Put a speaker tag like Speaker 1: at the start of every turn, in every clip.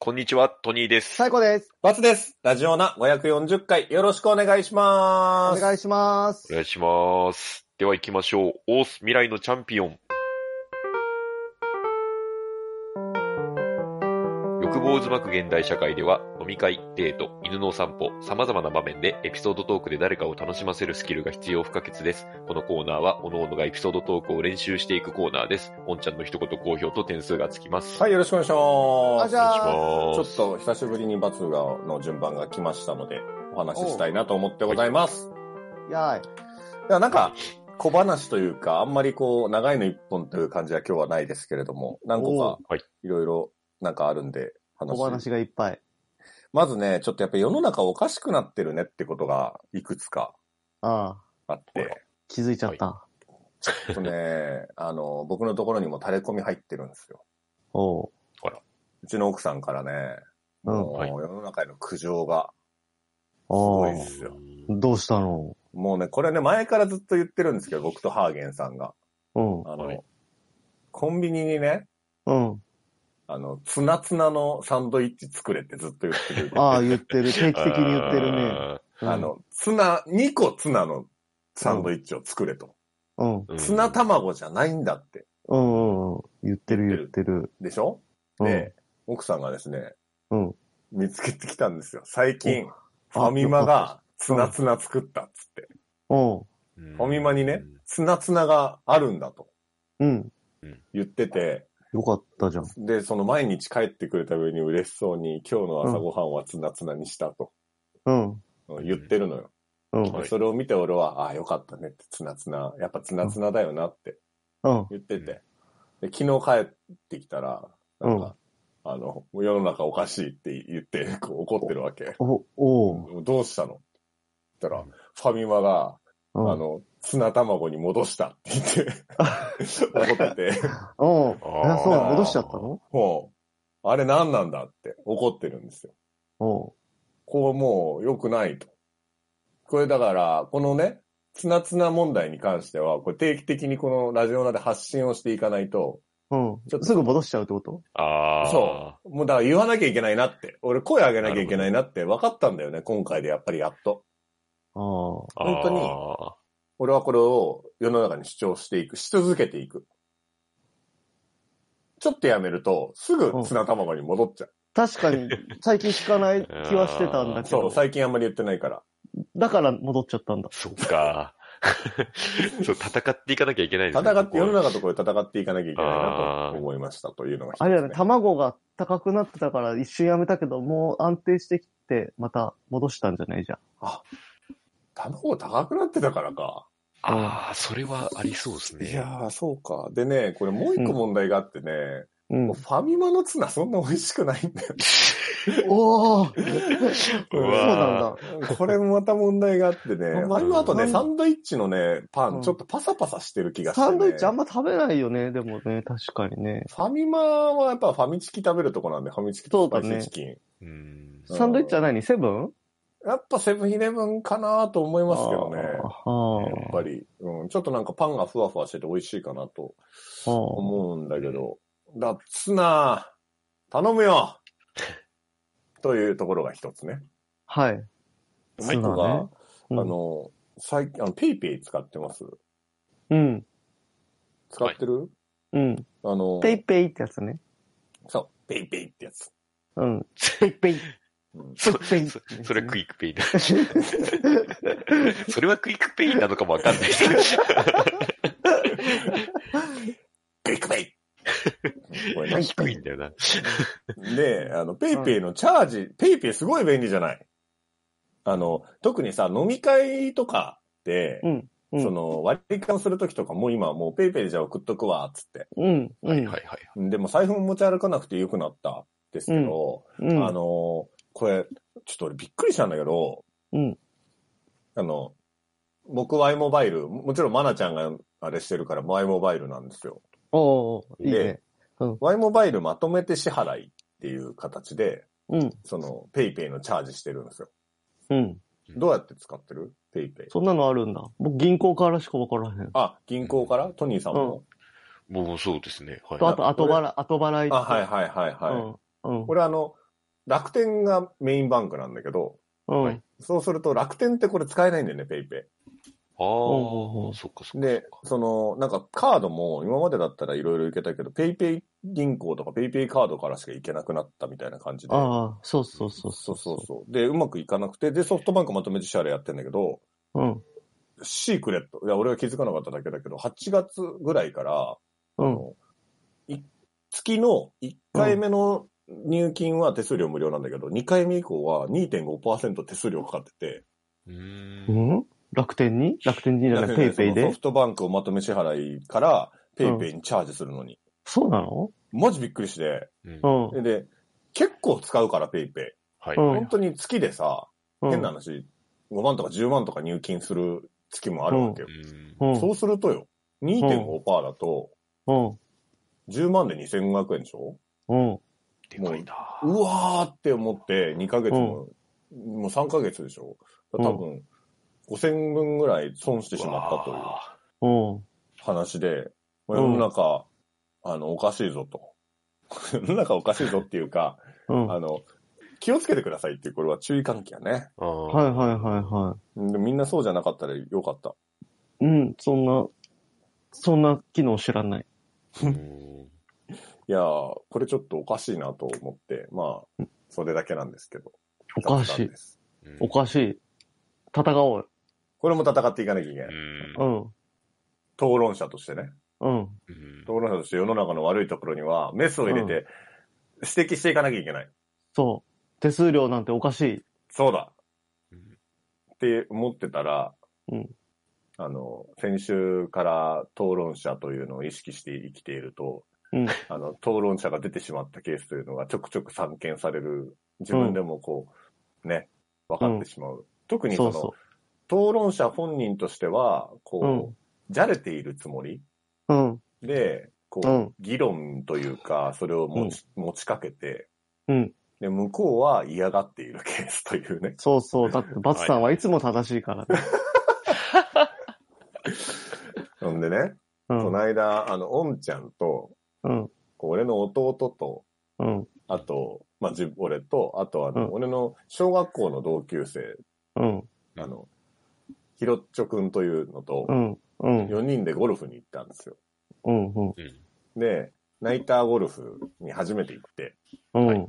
Speaker 1: こんにちは、トニーです。
Speaker 2: 最高です。
Speaker 3: バツです。ラジオナ540回よろしくお願いしま
Speaker 2: お
Speaker 3: す。
Speaker 2: 願いします
Speaker 1: お。願いします。では行きましょう。オース未来のチャンピオン。欲望渦巻く現代社会では、飲み会、デート、犬のお散歩、様々な場面でエピソードトークで誰かを楽しませるスキルが必要不可欠です。このコーナーは、各々がエピソードトークを練習していくコーナーです。おんちゃんの一言好評と点数がつきます。
Speaker 3: はい、よろしくお願いしま
Speaker 2: あ、
Speaker 3: す
Speaker 2: じ。ゃあ、
Speaker 1: お
Speaker 3: ち
Speaker 1: 願
Speaker 3: ょ
Speaker 1: いし
Speaker 3: っと久しぶりにバツがの順番が来ましたので、お話ししたいなと思ってございます。
Speaker 2: や
Speaker 3: いや、なんか、小話というか、あんまりこう、長いの一本という感じは今日はないですけれども、何個
Speaker 2: お
Speaker 3: か
Speaker 2: う
Speaker 1: はい、
Speaker 3: いろいろなんかあるんで、
Speaker 2: ーい、小話がいっぱい。
Speaker 3: まずね、ちょっとやっぱ世の中おかしくなってるねってことがいくつか
Speaker 2: ああ、
Speaker 3: あって、
Speaker 2: 気づいちゃった。
Speaker 3: ちょっとね、あの、僕のところにも垂れ込み入ってるんですよ。
Speaker 2: おう。
Speaker 3: うちの奥さんからね、
Speaker 2: うん
Speaker 3: もう
Speaker 1: はい
Speaker 3: 世の中への苦情がす
Speaker 2: お
Speaker 3: ごいで
Speaker 2: う。
Speaker 3: すよ。
Speaker 2: どうしたの
Speaker 3: もうね、これね、前からずっと言ってるんですけど、僕とハーゲンさんが。
Speaker 2: うん。
Speaker 3: あ
Speaker 1: はい
Speaker 3: の、コンビニにね、
Speaker 2: うん。
Speaker 3: あの、ツナツナのサンドイッチ作れってずっと言ってる。
Speaker 2: ああ、言ってる。定期的に言ってるね。
Speaker 1: あ
Speaker 2: うん
Speaker 3: あ、の、ツナ、2個ツナのサンドイッチを作れと。
Speaker 2: うん。
Speaker 1: ー。
Speaker 3: ツナ卵じゃないんだって。
Speaker 2: うんうんうん。言ってる言ってる。
Speaker 3: でしょ
Speaker 2: うん
Speaker 3: で、奥さんがですね、
Speaker 2: うん
Speaker 3: 見つけてきたんですよ。最近、フ
Speaker 2: お
Speaker 3: ァミマがツ
Speaker 2: よか
Speaker 3: ナ
Speaker 2: った
Speaker 3: ツナ作ったっつって。
Speaker 2: うん。
Speaker 1: うん
Speaker 3: ファミマにね、ツナツナがあるんだと
Speaker 2: うん。
Speaker 3: 言ってて、
Speaker 2: よかったじゃん。
Speaker 3: で、その毎日帰ってくれた上に嬉しそうに、今日の朝ごはんはツナツナにしたと
Speaker 2: うん。
Speaker 3: 言ってるのよ。
Speaker 2: うん。
Speaker 1: はい
Speaker 3: でそれを見て俺は、ああ、よかったねって、ツナツナ、やっぱツナツナだよなって
Speaker 2: うん。
Speaker 3: 言ってて。で、昨日帰ってきたら、なんか、あの、世の中おかしいって言って、こう怒ってるわけ。
Speaker 2: お、おう。
Speaker 3: どうしたのって言っ
Speaker 1: う
Speaker 3: たら
Speaker 1: ん、
Speaker 3: ファミマが、
Speaker 2: う
Speaker 3: あ
Speaker 2: ん。
Speaker 3: の、ツナ卵に戻したって言って、 怒ってて。
Speaker 2: おう。
Speaker 1: あー
Speaker 2: えそう、戻しちゃったの
Speaker 3: もう、あれ何なんだって怒ってるんですよ。
Speaker 2: おう。
Speaker 3: こうもう良くないと。これだから、このね、つなつな問題に関しては、これ定期的にこのラジオナで発信をしていかないと、ちょ
Speaker 2: う
Speaker 3: っ
Speaker 2: ん。
Speaker 3: と
Speaker 2: すぐ戻しちゃうってこと
Speaker 1: あー。
Speaker 3: そう。もうだから言わなきゃいけないなって。俺声上げなきゃいけないなって分かったんだよね、今回でやっぱりやっと。
Speaker 2: あ
Speaker 1: あ
Speaker 2: あ。
Speaker 1: ー
Speaker 3: 本当に俺はこれを世の中に主張していく、し続けていく。ちょっとやめると、すぐツナ卵に戻っちゃう。
Speaker 2: 確かに、最近聞かない気はしてたんだけ
Speaker 3: そう、
Speaker 2: ど。
Speaker 3: 最近あんまり言ってないから。
Speaker 2: だから戻っちゃったんだ。
Speaker 1: そっか。そう、戦っていかなきゃいけないですね。
Speaker 3: 戦って、世の
Speaker 1: 中
Speaker 3: 中とこれ戦っていかなきゃいけないなと思いましたというのが一つ
Speaker 2: あれだね、卵が高くなってたから一瞬やめたけど、もう安定してきて、また戻したんじゃないじゃん。
Speaker 3: あ、卵高くなってたからか。
Speaker 1: ああ、それはありそうですね。
Speaker 3: いやー、そうか。でね、これもう一個問題があってね、
Speaker 2: うん
Speaker 3: もう。ファミマのツナそんな美味しくないんだよ。
Speaker 2: おお
Speaker 1: う
Speaker 2: そうなん
Speaker 1: わ
Speaker 2: だ。
Speaker 3: これもまた問題があってね、フ
Speaker 2: ん
Speaker 3: ァミマあとね、サンドイッチのね、パ
Speaker 2: う
Speaker 3: ン、
Speaker 2: ん
Speaker 3: ちょっとパサパサしてる気がして、ね。
Speaker 2: サンドイッチあんま食べないよね、でもね、確かにね。
Speaker 3: ファミマはやっぱファミチキ食べるとこなんで、ファミチキとスパイ
Speaker 2: そうだ
Speaker 3: ス
Speaker 2: ね
Speaker 3: チキン。
Speaker 1: うん。
Speaker 3: うん
Speaker 2: サンドイッチは何セブン
Speaker 3: やっぱセブンイレブンかなと思いますけどね。
Speaker 2: あー
Speaker 3: やっぱり、うん、ちょっとなんかパンがふわふわしてて美味しいかなと
Speaker 2: あー。
Speaker 3: 思うんだけど、だ、ツナ、頼むよ というところが一つね。
Speaker 2: はい。
Speaker 3: もう一個が、
Speaker 2: うん
Speaker 3: あの、最近、あの、ペイペイ使ってます
Speaker 2: うん。
Speaker 3: 使ってる、
Speaker 2: うん。
Speaker 3: あの、
Speaker 2: ペイペイってやつね。
Speaker 3: そう、ペイペイってやつ。
Speaker 2: うん。ペイペイ。
Speaker 3: うん
Speaker 2: ペイペイ。
Speaker 1: そそれはクイックペイだ。それはクイックペイなのかもわかんないですけど。
Speaker 3: ペイペイ これね
Speaker 1: 低いんだよな。
Speaker 3: で、あの、ペイペイのチャージ、ペイペイすごい便利じゃないあの、特にさ、飲み会とかで、
Speaker 2: うん。うん
Speaker 3: その、割り勘するときとかもう今はもうペイペイでじゃあ送っとくわ、つって。
Speaker 2: うん。うん。
Speaker 1: はいはいはい。
Speaker 3: でも財布も持ち歩かなくてよくなったんですけど、
Speaker 2: うん
Speaker 3: あの、これ、ちょっと俺びっくりしたんだけど、
Speaker 2: うん
Speaker 3: あの、僕 Y モバイル、もちろんマナちゃんがあれしてるから Y モバイルなんですよ。
Speaker 2: おーいいね
Speaker 3: で。Y モバイルまとめて支払いっていう形で、
Speaker 2: うん。
Speaker 3: その、ペイペイのチャージしてるんですよ。
Speaker 2: うん。
Speaker 3: どうやって使ってるペイペイ。
Speaker 2: そんなのあるんだ。僕銀行からしかわからへん。
Speaker 3: あ、銀行からトニーさんも、
Speaker 1: 僕もそうですね。はい。
Speaker 2: と、あと、後払い、後払い。
Speaker 3: あ、はいはいはいはい。
Speaker 2: うん。うん。
Speaker 3: これあの、楽天がメインバンクなんだけど、
Speaker 2: うん。
Speaker 1: はい
Speaker 3: そうすると楽天ってこれ使えないんだよね、ペイペ
Speaker 1: あ
Speaker 2: うんうんう
Speaker 1: あ、
Speaker 2: ん
Speaker 1: そっかそっかそっ
Speaker 3: イ。で
Speaker 1: か。、
Speaker 3: その、なんかカードも今までだったらいろいろいけたけど、ペイペイ銀行とかペイペイカードからしかいけなくなったみたいな感じで。
Speaker 2: ああ、そうそうそうそう
Speaker 3: そ
Speaker 2: う。
Speaker 3: そうそう。で、うまくいかなくて、で、ソフトバンクまとめてシャレやってんだけど、
Speaker 2: うん。
Speaker 3: シークレット、いや、俺が気づかなかっただけだけど、8月ぐらいから、
Speaker 2: う
Speaker 3: あ
Speaker 2: ん。
Speaker 3: のい月の1回目の入金は手数料無料なんだけど、2回目以降は2.5%手数料かかってて、
Speaker 1: う
Speaker 2: う
Speaker 1: ーん。
Speaker 2: ん楽天に楽天にじゃなくてペイペイ
Speaker 3: そのソ
Speaker 2: で
Speaker 3: フトバンクをまとめ支払いから、ペイペイにチャージするのに。
Speaker 2: そうなの
Speaker 3: マジびっくりして。
Speaker 1: うん
Speaker 2: う
Speaker 1: は
Speaker 2: ん。
Speaker 3: で、で結構使うから、ペイペ
Speaker 1: い。
Speaker 2: うん
Speaker 3: イ。本当に月でさ、
Speaker 2: うん
Speaker 3: 変な話、5万とか10万とか入金する月もあるわけよ。
Speaker 1: うん
Speaker 2: うん。
Speaker 3: そうするとよ、2.5%だと、
Speaker 2: うん。
Speaker 3: 10万で2500円でしょ
Speaker 2: うん。
Speaker 1: でかいな。
Speaker 3: うわーって思って、2ヶ月も、もう3ヶ月でしょ多分、5000分ぐらい損してしまったという
Speaker 2: うん。
Speaker 3: 話で、
Speaker 2: ん
Speaker 3: 世の中、あの、おかしいぞと。 世の中おかしいぞっていうか、
Speaker 2: うん。は
Speaker 3: あの、気をつけてくださいっていう、これは注意喚起やね。
Speaker 1: うわ
Speaker 2: い
Speaker 1: ー
Speaker 2: はいはいは
Speaker 3: でみんなそうじゃなかったらよかった。
Speaker 2: い。うん、そんな、そんな機能知らない。
Speaker 1: うんうん
Speaker 3: いやー、これちょっとおかしいなと思って、まあ、それだけなんですけど。
Speaker 2: おかし
Speaker 3: 雑談
Speaker 2: い
Speaker 3: で。す
Speaker 1: うん
Speaker 2: おかしい。戦おう
Speaker 3: これも戦っていかなきゃいけな
Speaker 1: う
Speaker 3: い。
Speaker 1: ん
Speaker 2: よ。
Speaker 3: 討論者としてね。
Speaker 2: う
Speaker 1: う
Speaker 2: ん。
Speaker 1: ん
Speaker 3: 討論者として世の中の悪いところには、メスを入れて、指摘していかなきゃいけない。
Speaker 2: そう。手数料なんておかしい。
Speaker 3: そうだ
Speaker 1: うん
Speaker 3: って思ってたら、
Speaker 2: うん
Speaker 3: あの、先週から討論者というのを意識して生きていると、
Speaker 2: うん
Speaker 3: あの、討論者が出てしまったケースというのがちょくちょく散見される、自分でもこう、ね、分かってしまう。特にそ
Speaker 2: そ
Speaker 3: の
Speaker 2: うそ
Speaker 3: 討論者本人としては、こ
Speaker 2: う
Speaker 3: う、
Speaker 2: ん
Speaker 3: じゃれているつもり
Speaker 2: う。うん。
Speaker 3: で、こう、
Speaker 2: うん
Speaker 3: 議論というか、それを持ち,、持ちかけて、
Speaker 2: うん
Speaker 3: で、向こうは嫌がっているケースというね。
Speaker 2: そうそう。だって、バツさんはいつも正しいからね。
Speaker 3: なんでね、
Speaker 2: う
Speaker 3: こ
Speaker 2: ん。
Speaker 3: の間、あの、おんちゃんと、
Speaker 2: うん。
Speaker 3: こう俺の弟と、
Speaker 2: うん。
Speaker 3: あと、まあ、自分俺と、あとあの、
Speaker 2: うん
Speaker 3: 俺の小学校の同級生、
Speaker 2: うん。
Speaker 3: あの、ひろっちょくんというのと
Speaker 2: う、ん。うん。
Speaker 3: 4人でゴルフに行ったんですよ。
Speaker 2: うん。うん。
Speaker 1: うん
Speaker 3: で、ナイターゴルフに初めて行って、
Speaker 2: うん。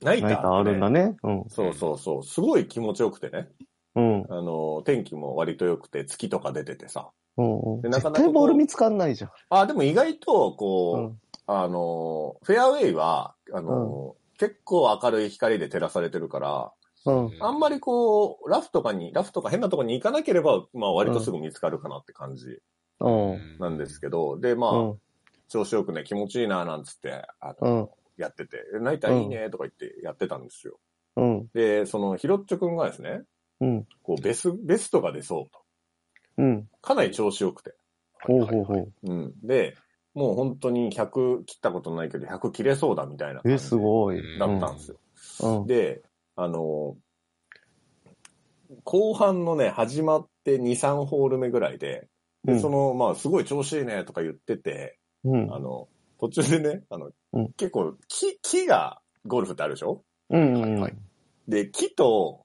Speaker 3: ナイター,、
Speaker 2: 何かあるんだ
Speaker 3: ね。
Speaker 2: ね。うん。
Speaker 3: そうそうそう、すごい気持ちよくてね。
Speaker 2: うん。
Speaker 3: あの、天気も割と良くて、月とか出ててさ。
Speaker 2: うん。
Speaker 3: でなかなかこう
Speaker 2: 絶対ボール見つかんないじゃん。
Speaker 3: あ、でも意外と、
Speaker 2: う
Speaker 3: こ
Speaker 2: ん。
Speaker 3: う、あの、フェアウェイは、あの、結構明るい光で照らされてるから、
Speaker 2: うん。
Speaker 3: あんまりこう、ラフとかに、ラフとか変なとこに行かなければ、まあ割とすぐ見つかるかなって感じ
Speaker 2: うん。
Speaker 3: なんですけど、で、まあ、
Speaker 2: うん。
Speaker 3: 調子よくね、気持ちいいな、なんつって、あ
Speaker 2: う
Speaker 3: の、
Speaker 2: ん。
Speaker 3: やってて、えナイターいいね、とか言ってやってたんですよ。
Speaker 2: うん。
Speaker 3: で、その、ひろっちょくんがですね、
Speaker 2: うん。
Speaker 3: こう、ベス、ベストが出そうと。
Speaker 2: うん。
Speaker 3: かなり調子よくて。
Speaker 2: ほうほうほう。
Speaker 3: うん。で、もう本当に100切ったことないけど、100切れそうだみたいな感
Speaker 2: え、
Speaker 3: じ
Speaker 2: すごい。
Speaker 1: うん
Speaker 3: だったんです
Speaker 2: う
Speaker 3: よ。
Speaker 2: ん。
Speaker 3: で、あの、後半のね、始まって2、3ホール目ぐらいで、
Speaker 2: う
Speaker 3: で、
Speaker 2: ん
Speaker 3: その、まあ、すごい調子いいねとか言ってて、
Speaker 2: うん。
Speaker 3: あの、途中でね、あの、
Speaker 2: うん
Speaker 3: 結構、木、木がゴルフってあるでしょ
Speaker 2: うん。うん。
Speaker 3: で、木と、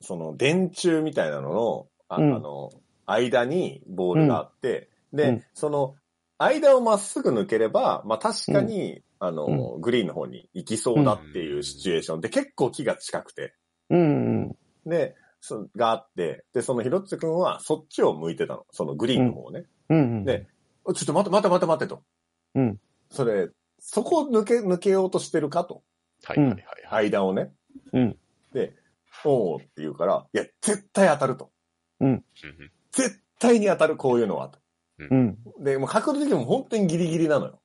Speaker 3: その、電柱みたいなのの、あ,、
Speaker 2: うん
Speaker 3: の、間にボールがあって、で、
Speaker 2: うん
Speaker 3: その、間をまっすぐ抜ければ、まあ確かに、あの、グリーンの方に行きそうだっていうシチュエーションで、結構木が近くて、
Speaker 2: うん。
Speaker 3: で、そがあって、で、そのひろっちくんはそっちを向いてたの。そのグリーンの方をね。
Speaker 2: うん。
Speaker 3: で、おちょっと待って待って待って待ってと。
Speaker 2: うん。
Speaker 3: それ、そこを抜け、抜けようとしてるかと。
Speaker 1: はいはいはいはい。
Speaker 3: 間をね。
Speaker 2: うん。
Speaker 3: で、おーって言うから、いや、絶対当たると。
Speaker 1: うん
Speaker 3: 絶対に当たる、こういうのはと。
Speaker 2: うん。
Speaker 3: で、もう角度的にも本当にギリギリなのよ。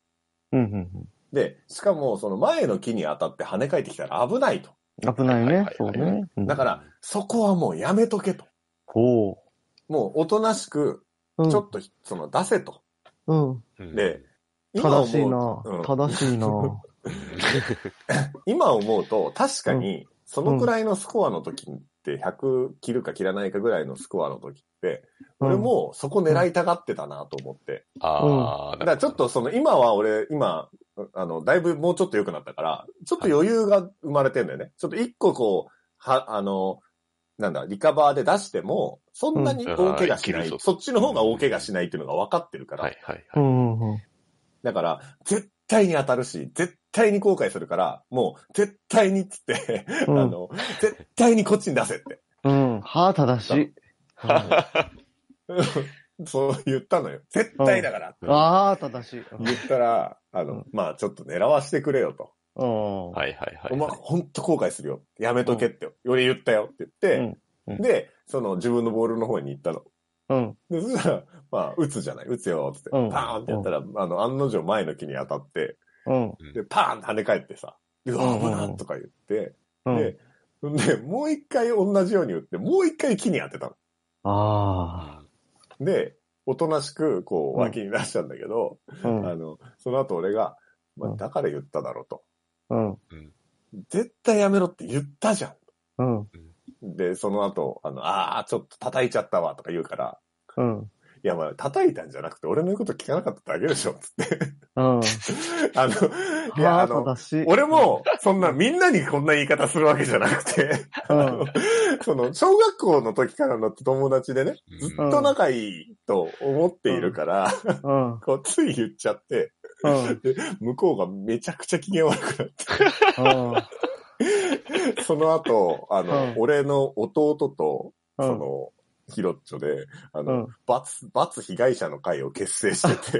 Speaker 2: うん。
Speaker 3: で、しかも、その前の木に当たって跳ね返ってきたら危ないと。
Speaker 2: 危ないね。そうね。
Speaker 3: だから、そこはもうやめとけと。
Speaker 2: ほ
Speaker 3: もう、おとなしく、
Speaker 2: う。
Speaker 3: ちょっと、その、出せと。
Speaker 2: うん。
Speaker 1: うん
Speaker 3: で、今
Speaker 2: 正
Speaker 3: 思
Speaker 2: しいうな
Speaker 3: うん。
Speaker 2: 正しいな。
Speaker 1: うん
Speaker 3: 今思うと、確かに、そのくらいのスコアの時って100切るか切らないかぐらいのスコアの時って、俺もうそこ狙いたがってたなと思って。
Speaker 1: ああ、
Speaker 3: だからちょっとその今は俺、今、あの、だいぶもうちょっと良くなったから、ちょっと余裕が生まれてんだよね。ちょっと一個こう、は、あの、なんだ、リカバーで出しても、そんなに大怪我しない。
Speaker 1: うん
Speaker 3: そっちの方が大怪我しないっていうのが分かってるから。
Speaker 1: はいはいは
Speaker 2: う
Speaker 1: い。
Speaker 2: んうんうん。
Speaker 3: だから、絶対に当たるし、絶対に後悔するから、もう、絶対にっつって、
Speaker 2: うん
Speaker 3: あの、絶対にこっちに出せって。
Speaker 2: うん。歯正しい。あ
Speaker 3: そう言ったのよ。絶対だから。
Speaker 2: あー、正しい。うん
Speaker 3: 言ったら、あ
Speaker 2: うん
Speaker 3: の、まあちょっと狙わしてくれよと。
Speaker 2: うん。
Speaker 1: はいはいはい。
Speaker 3: お前、ほんと後悔するよ。やめとけって、俺言ったよって言って、
Speaker 2: うんうん
Speaker 3: で、その自分のボールの方に行ったの。
Speaker 2: うん。
Speaker 3: で、そしたら、まあ、打つじゃない、打つよって言
Speaker 2: う
Speaker 3: っ
Speaker 2: ん
Speaker 3: て、パーンってやったら、あの、案の定前の木に当たって、
Speaker 2: うん。
Speaker 3: で、パーンって跳ね返ってさ、でう
Speaker 2: うんう
Speaker 3: わ、
Speaker 2: んう
Speaker 3: 危
Speaker 2: ん
Speaker 3: なんとか言って、
Speaker 2: うん
Speaker 3: で。、で、もう一回同じように打って、もう一回木に当てたの。
Speaker 2: あ
Speaker 3: で、おとなしく、こう、
Speaker 2: うん
Speaker 3: 脇に出したんだけど、
Speaker 2: あ。うん。
Speaker 3: あの、その後俺が、ま
Speaker 2: う
Speaker 3: あ、
Speaker 2: ん
Speaker 3: だから言っただろうと。
Speaker 2: うん。
Speaker 3: 絶対やめろって言ったじゃ
Speaker 2: う
Speaker 3: ん。
Speaker 2: ん。
Speaker 3: で、その後、あの、ああ、ちょっと叩いちゃったわとか言うから、
Speaker 2: うん。
Speaker 3: いや、まあ、叩いたんじゃなくて、俺の言うこと聞かなかっただけでしょ、 つって。
Speaker 2: うん。
Speaker 3: あの、いや、
Speaker 2: 歯
Speaker 3: あの、
Speaker 2: 正しい。
Speaker 3: 俺も、そんな、みんなにこんな言い方するわけじゃなくて、
Speaker 2: うん、
Speaker 3: あのその、小学校の時からの友達でね、ずっと仲いいと思っているから、
Speaker 2: うん。
Speaker 3: こう、つい言っちゃって、
Speaker 2: うん。
Speaker 3: 向こうがめちゃくちゃ機嫌悪くなっ
Speaker 2: うん。
Speaker 3: て、 その後、あの、
Speaker 2: うん
Speaker 3: 俺の弟と、
Speaker 2: う
Speaker 3: そ
Speaker 2: ん。
Speaker 3: の、ヒロッチョで、あ
Speaker 2: う
Speaker 3: の、
Speaker 2: ん。
Speaker 3: 罰、罰被害者の会を結 成してて、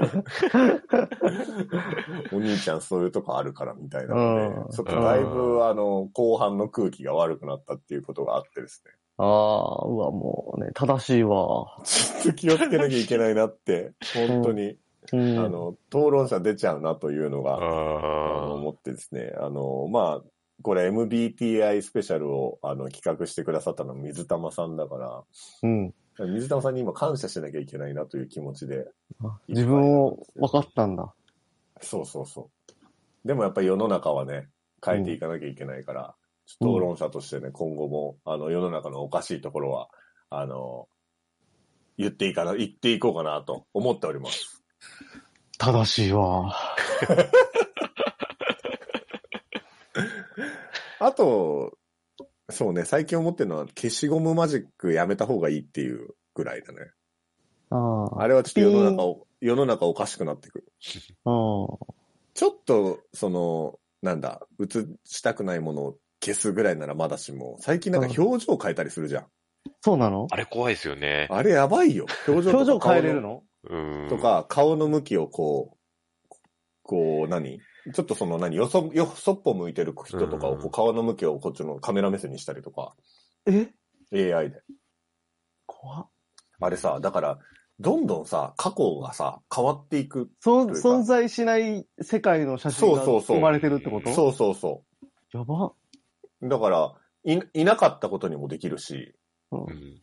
Speaker 3: お兄ちゃんそういうとこあるからみたいなの
Speaker 2: うん
Speaker 3: で、ちょっとだい
Speaker 1: うん
Speaker 3: ぶあの、後半の空気が悪くなったっていうことがあってですね、
Speaker 2: ああ、うわ、もうね、正しいわ。
Speaker 3: ちょっと気をつけなきゃいけないなって、本当に、
Speaker 2: う
Speaker 3: あ
Speaker 2: ん。
Speaker 3: の、討論者出ちゃうなというのが、あの
Speaker 1: あ
Speaker 3: 思ってですね、あの、まあ、これ MBTI スペシャルをあの企画してくださったのは水玉さんだか
Speaker 2: うん。
Speaker 3: ら、水玉さんに今感謝しなきゃいけないなという気持ちで、
Speaker 2: あ自分を分かったんだ。
Speaker 3: そうそうそう。でもやっぱり世の中はね、変えていかなきゃいけないから、ちょっと討論者としてね、今後も、あの、世の中のおかしいところは、あの、言っていかな、言っていこうかなと思っております。
Speaker 2: 正しいわ。
Speaker 3: あと、そうね、最近思ってるのは、消しゴムマジックやめた方がいいっていうぐらいだね。
Speaker 2: ああ。
Speaker 3: あれはちょっと世の中を、世の中おかしくなってくる。
Speaker 2: うん。
Speaker 3: ちょっと、その、なんだ、映したくないものを消すぐらいならまだしも、最近なんか表情変えたりするじゃん。
Speaker 2: そうなの
Speaker 1: あれ怖いですよね。
Speaker 3: あれやばいよ。表情とか
Speaker 2: 表情変えれ
Speaker 3: 顔
Speaker 2: る
Speaker 3: の
Speaker 2: の
Speaker 1: うん。
Speaker 3: と、か、顔の向きをこう、こう何、ちょっとその何、よそ、よそっぽ向いてる人とかをこ
Speaker 1: う
Speaker 3: うん顔の向きをこっちのカメラ目線にしたりとか、
Speaker 2: え
Speaker 3: AI で。
Speaker 2: 怖っ
Speaker 3: あれさ、だから、どんどんさ、過去がさ、変わっていく。
Speaker 2: そ
Speaker 3: というか
Speaker 2: 存在しない世界の写真が
Speaker 3: そうそうそう
Speaker 2: 生まれてるってこと
Speaker 3: そうそうそ
Speaker 2: やば。
Speaker 3: う。だから、い、いなかったことにもできるし、
Speaker 2: うん
Speaker 1: うん。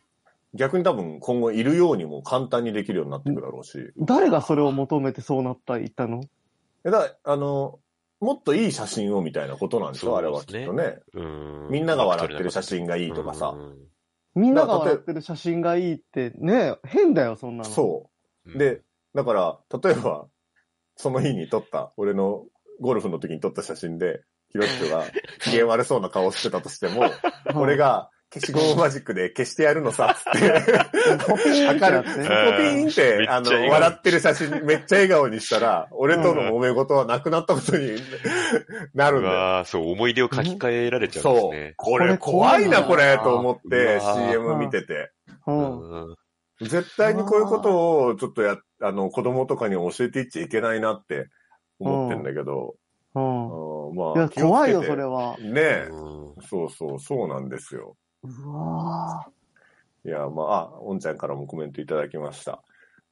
Speaker 3: 逆に多分今後いるようにも簡単にできるようになっていくだろうし。
Speaker 2: 誰がそれを求めてそうなった、言ったの
Speaker 3: えだからあの、もっといい写真をみたいなことなんでしょ、あれは
Speaker 1: そう
Speaker 3: き
Speaker 1: で
Speaker 3: っ
Speaker 1: すね
Speaker 3: と
Speaker 1: う
Speaker 3: ね。
Speaker 1: ん。
Speaker 3: みんなが笑ってる写真がいいとかさ。
Speaker 2: みんなが
Speaker 3: だから例え
Speaker 2: 笑ってる写真がいいって、ねえ変だよ、そんなの。
Speaker 3: そうう。
Speaker 1: ん。
Speaker 3: で、だから、例えば、その日に撮った、俺のゴルフの時に撮った写真で、ヒロッチョが機嫌悪そうな顔をしてたとし ても、
Speaker 2: うん。
Speaker 3: 俺が消しゴムマジックで消してやるのさ、つって、
Speaker 2: コピーンってや
Speaker 1: ん
Speaker 2: って
Speaker 3: 明る くポピーンって、あ
Speaker 1: め
Speaker 3: の、
Speaker 1: っちゃ笑顔
Speaker 3: 笑ってる写真めっちゃ笑顔にしたら、俺との揉め事はなくなったこ とにな
Speaker 1: う
Speaker 3: るんだよ。
Speaker 1: わーそう、思い出を書き換えられちゃうんです
Speaker 3: そ
Speaker 1: ね
Speaker 3: う。。これ怖いな、
Speaker 2: こ
Speaker 3: こ
Speaker 1: れ怖い
Speaker 3: れ、
Speaker 1: な
Speaker 3: と思って
Speaker 1: うわ
Speaker 3: CM 見てて。
Speaker 2: うん。
Speaker 1: うん
Speaker 3: 絶対にこういうことを、ちょっとや、あの、子供とかに教えていっちゃいけないなって思ってんだけど、あ
Speaker 2: うん。
Speaker 3: ーまあ
Speaker 2: いや、。
Speaker 3: 気をつけて
Speaker 2: 怖いよ、それは。
Speaker 3: ねえ。
Speaker 1: うん
Speaker 3: そうそう、そうなんですよ。
Speaker 2: うわ
Speaker 3: いや、まあ、あ、おんちゃんからもコメントいただきました。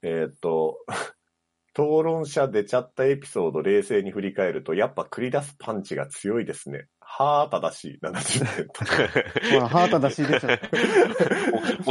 Speaker 3: えーっと、 討論者出ちゃったエピソード冷静に振り返ると、やっぱ繰り出すパンチが強いですね。はぁ、正しい、70点と。
Speaker 2: ぁ。ほら、歯正しい出 ちゃった。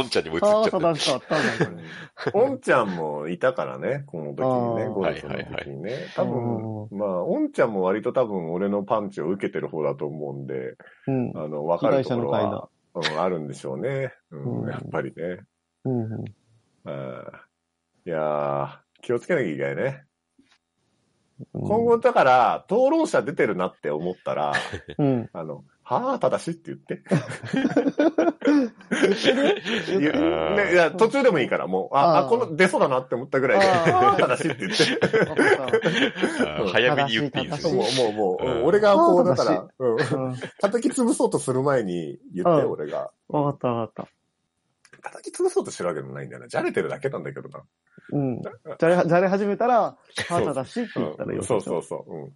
Speaker 1: おんちゃんにも映っちゃ
Speaker 2: 歯
Speaker 1: った。
Speaker 2: 正しかったんだよ、これ。
Speaker 3: おんちゃんもいたからね、この時にね
Speaker 2: あ、ー
Speaker 3: ゴルフの時にね。 多
Speaker 2: うん
Speaker 3: 分、まあ、おんちゃんも割と多分俺のパンチを受けてる方だと思うんで、
Speaker 2: うん。
Speaker 3: あの、わかるところ
Speaker 2: 被害者の
Speaker 3: は、うん、あるんでしょうね。う、
Speaker 2: うんん
Speaker 3: やっぱりね。
Speaker 2: うんうん。
Speaker 3: うん。いやー、気をつけなきゃいけないね。
Speaker 2: うん
Speaker 3: 今後、だから、討論者出てるなって思ったら、
Speaker 2: うん。
Speaker 3: あの、はあ、正しいって言って。
Speaker 2: 言って
Speaker 1: る
Speaker 3: ね、いや、途中でもいいから、もう、あ、あ
Speaker 2: あー
Speaker 3: この、出そうだなって思ったぐらいで、
Speaker 2: あー
Speaker 3: はあ、正しいって言って。
Speaker 2: あそうか
Speaker 1: あー早めに言っていいんです
Speaker 2: 正し
Speaker 1: よ。
Speaker 3: もう、もう、
Speaker 1: う
Speaker 3: も
Speaker 1: ん
Speaker 3: う、俺がこ
Speaker 2: は
Speaker 3: う、だ
Speaker 2: あ
Speaker 3: か
Speaker 2: 正しい
Speaker 3: ら、うん、
Speaker 2: うん
Speaker 3: 叩き潰そうとする前に言って、
Speaker 2: うん
Speaker 3: 俺が。
Speaker 2: わかったわかっ
Speaker 3: 叩き潰そうとしてるわけでもないんだよな。じゃれてるだけなんだけどな。
Speaker 2: た。うん。じゃれ、じゃれ始めたら、歯正しいって言ったら
Speaker 3: う
Speaker 2: よ
Speaker 3: んそうそうそう。うん。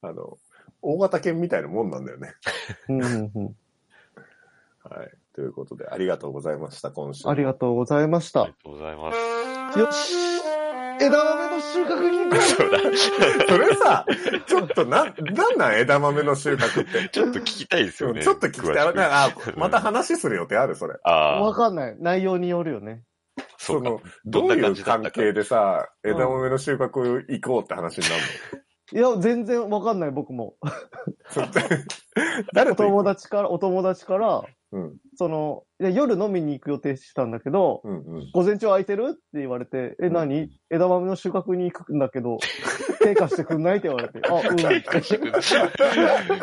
Speaker 3: あの、大型犬みたいなもんなんだよね。
Speaker 2: う。うんうんうん。
Speaker 3: はい。ということで、ありがとうございました、今週。
Speaker 2: ありがとうございまし
Speaker 1: あ
Speaker 2: た
Speaker 1: りが。とうございます。
Speaker 2: よし枝豆の収穫に行こ
Speaker 1: そうだ。
Speaker 3: それさ、ちょっとな、なんなん枝豆の収穫って。
Speaker 1: ちょっと聞きたいですよ
Speaker 3: う
Speaker 1: ね。
Speaker 3: んちょっと聞きたい。
Speaker 1: 詳しく
Speaker 3: あ、また話する予定ある それ。
Speaker 2: うわ
Speaker 1: ああ、
Speaker 2: かんない。内容によるよね。
Speaker 1: そうか
Speaker 3: の。、
Speaker 1: ど
Speaker 3: ど
Speaker 1: んな
Speaker 3: う
Speaker 1: い感
Speaker 3: う
Speaker 1: じだっ
Speaker 3: 関
Speaker 1: たか
Speaker 3: 係でさ、
Speaker 2: うん
Speaker 3: 枝豆の収穫行こうって話になる
Speaker 2: いや、全然わかんない、僕も。
Speaker 3: のちょっと誰
Speaker 2: お
Speaker 3: と行く
Speaker 2: 友達から、お友達から、
Speaker 3: うん、
Speaker 2: その、いや夜飲みに行く予定してたんだけど、
Speaker 3: うん、うん。
Speaker 2: 午前中空いてるって言われて、え、何枝豆の収穫に行くんだけど、手貸してくんないって言われて、あ、
Speaker 1: 喧嘩してくる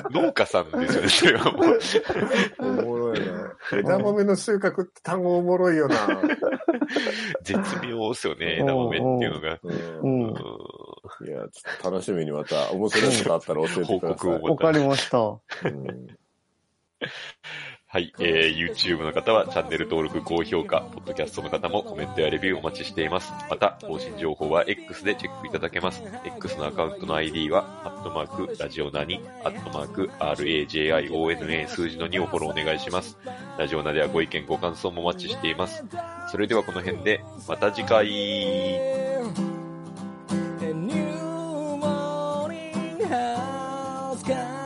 Speaker 1: 農家さんですよね、それはもう。
Speaker 3: おもろいな。枝豆の収穫って単語おもろいよな。
Speaker 1: 絶妙ですよね、枝豆っていうのが。
Speaker 2: う
Speaker 3: う、
Speaker 2: んん。
Speaker 1: う
Speaker 2: うんん。
Speaker 3: いや、ちょっと楽しみにまた面白いことあったら教えてください。
Speaker 1: 報告
Speaker 2: わかりました。
Speaker 3: うん
Speaker 1: はい、えー、YouTube の方はチャンネル登録、高評価、Podcast の方もコメントやレビューお待ちしています。また、更新情報は X でチェックいただけます。X のアカウントの ID は、アットマーク、ラジオナに、アットマーク、RAJIONA 数字の2をフォローお願いします。ラジオナではご意見、ご感想もお待ちしています。それではこの辺で、また次回。
Speaker 4: A new morning has come